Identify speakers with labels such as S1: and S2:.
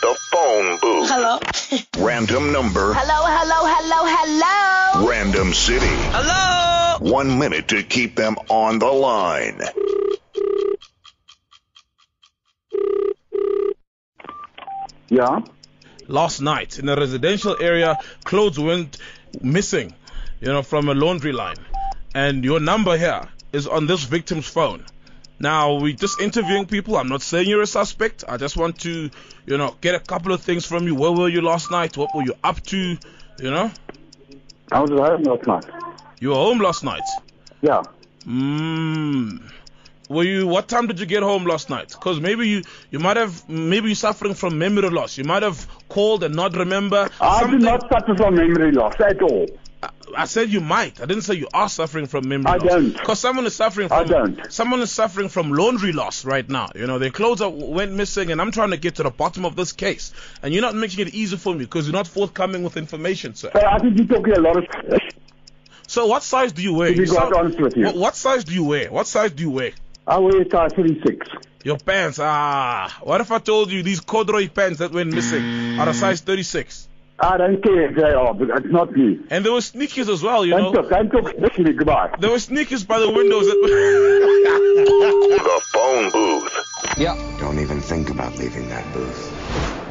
S1: phone booth.
S2: Hello.
S1: Random number.
S2: Hello, hello, hello, hello.
S1: Random city.
S2: Hello.
S1: One minute to keep them on the line.
S3: Yeah.
S4: Last night in a residential area, clothes went missing, you know, from a laundry line. And your number here is on this victim's phone. Now we're just interviewing people. I'm not saying you're a suspect. I just want to, you know, get a couple of things from you. Where were you last night? What were you up to? You know?
S3: I was at home last night.
S4: You were home last night.
S3: Yeah.
S4: Mm. Were you? What time did you get home last night? Because maybe you you might have maybe you're suffering from memory loss. You might have called and not remember.
S3: I
S4: something.
S3: did not suffer from memory loss at all.
S4: I said you might. I didn't say you are suffering from memory
S3: I
S4: loss.
S3: don't.
S4: Because someone is suffering from
S3: I don't.
S4: someone is suffering from laundry loss right now. You know, their clothes are, went missing, and I'm trying to get to the bottom of this case. And you're not making it easy for me because you're not forthcoming with information, sir.
S3: Hey, I think you're talking a lot of shit.
S4: So what size do you wear?
S3: To be
S4: You
S3: quite honest with you.
S4: What, what size do you wear? What size do you wear?
S3: I wear a size 36.
S4: Your pants. Ah, what if I told you these corduroy pants that went missing are a size 36?
S3: I don't care if they are, but it's not me.
S4: And there were sneakers as well, you
S3: Don't
S4: know.
S3: talk, don't talk shit to me, goodbye.
S4: There were sneakers by the windows that
S1: The phone booth.
S5: Don't even think about leaving that booth.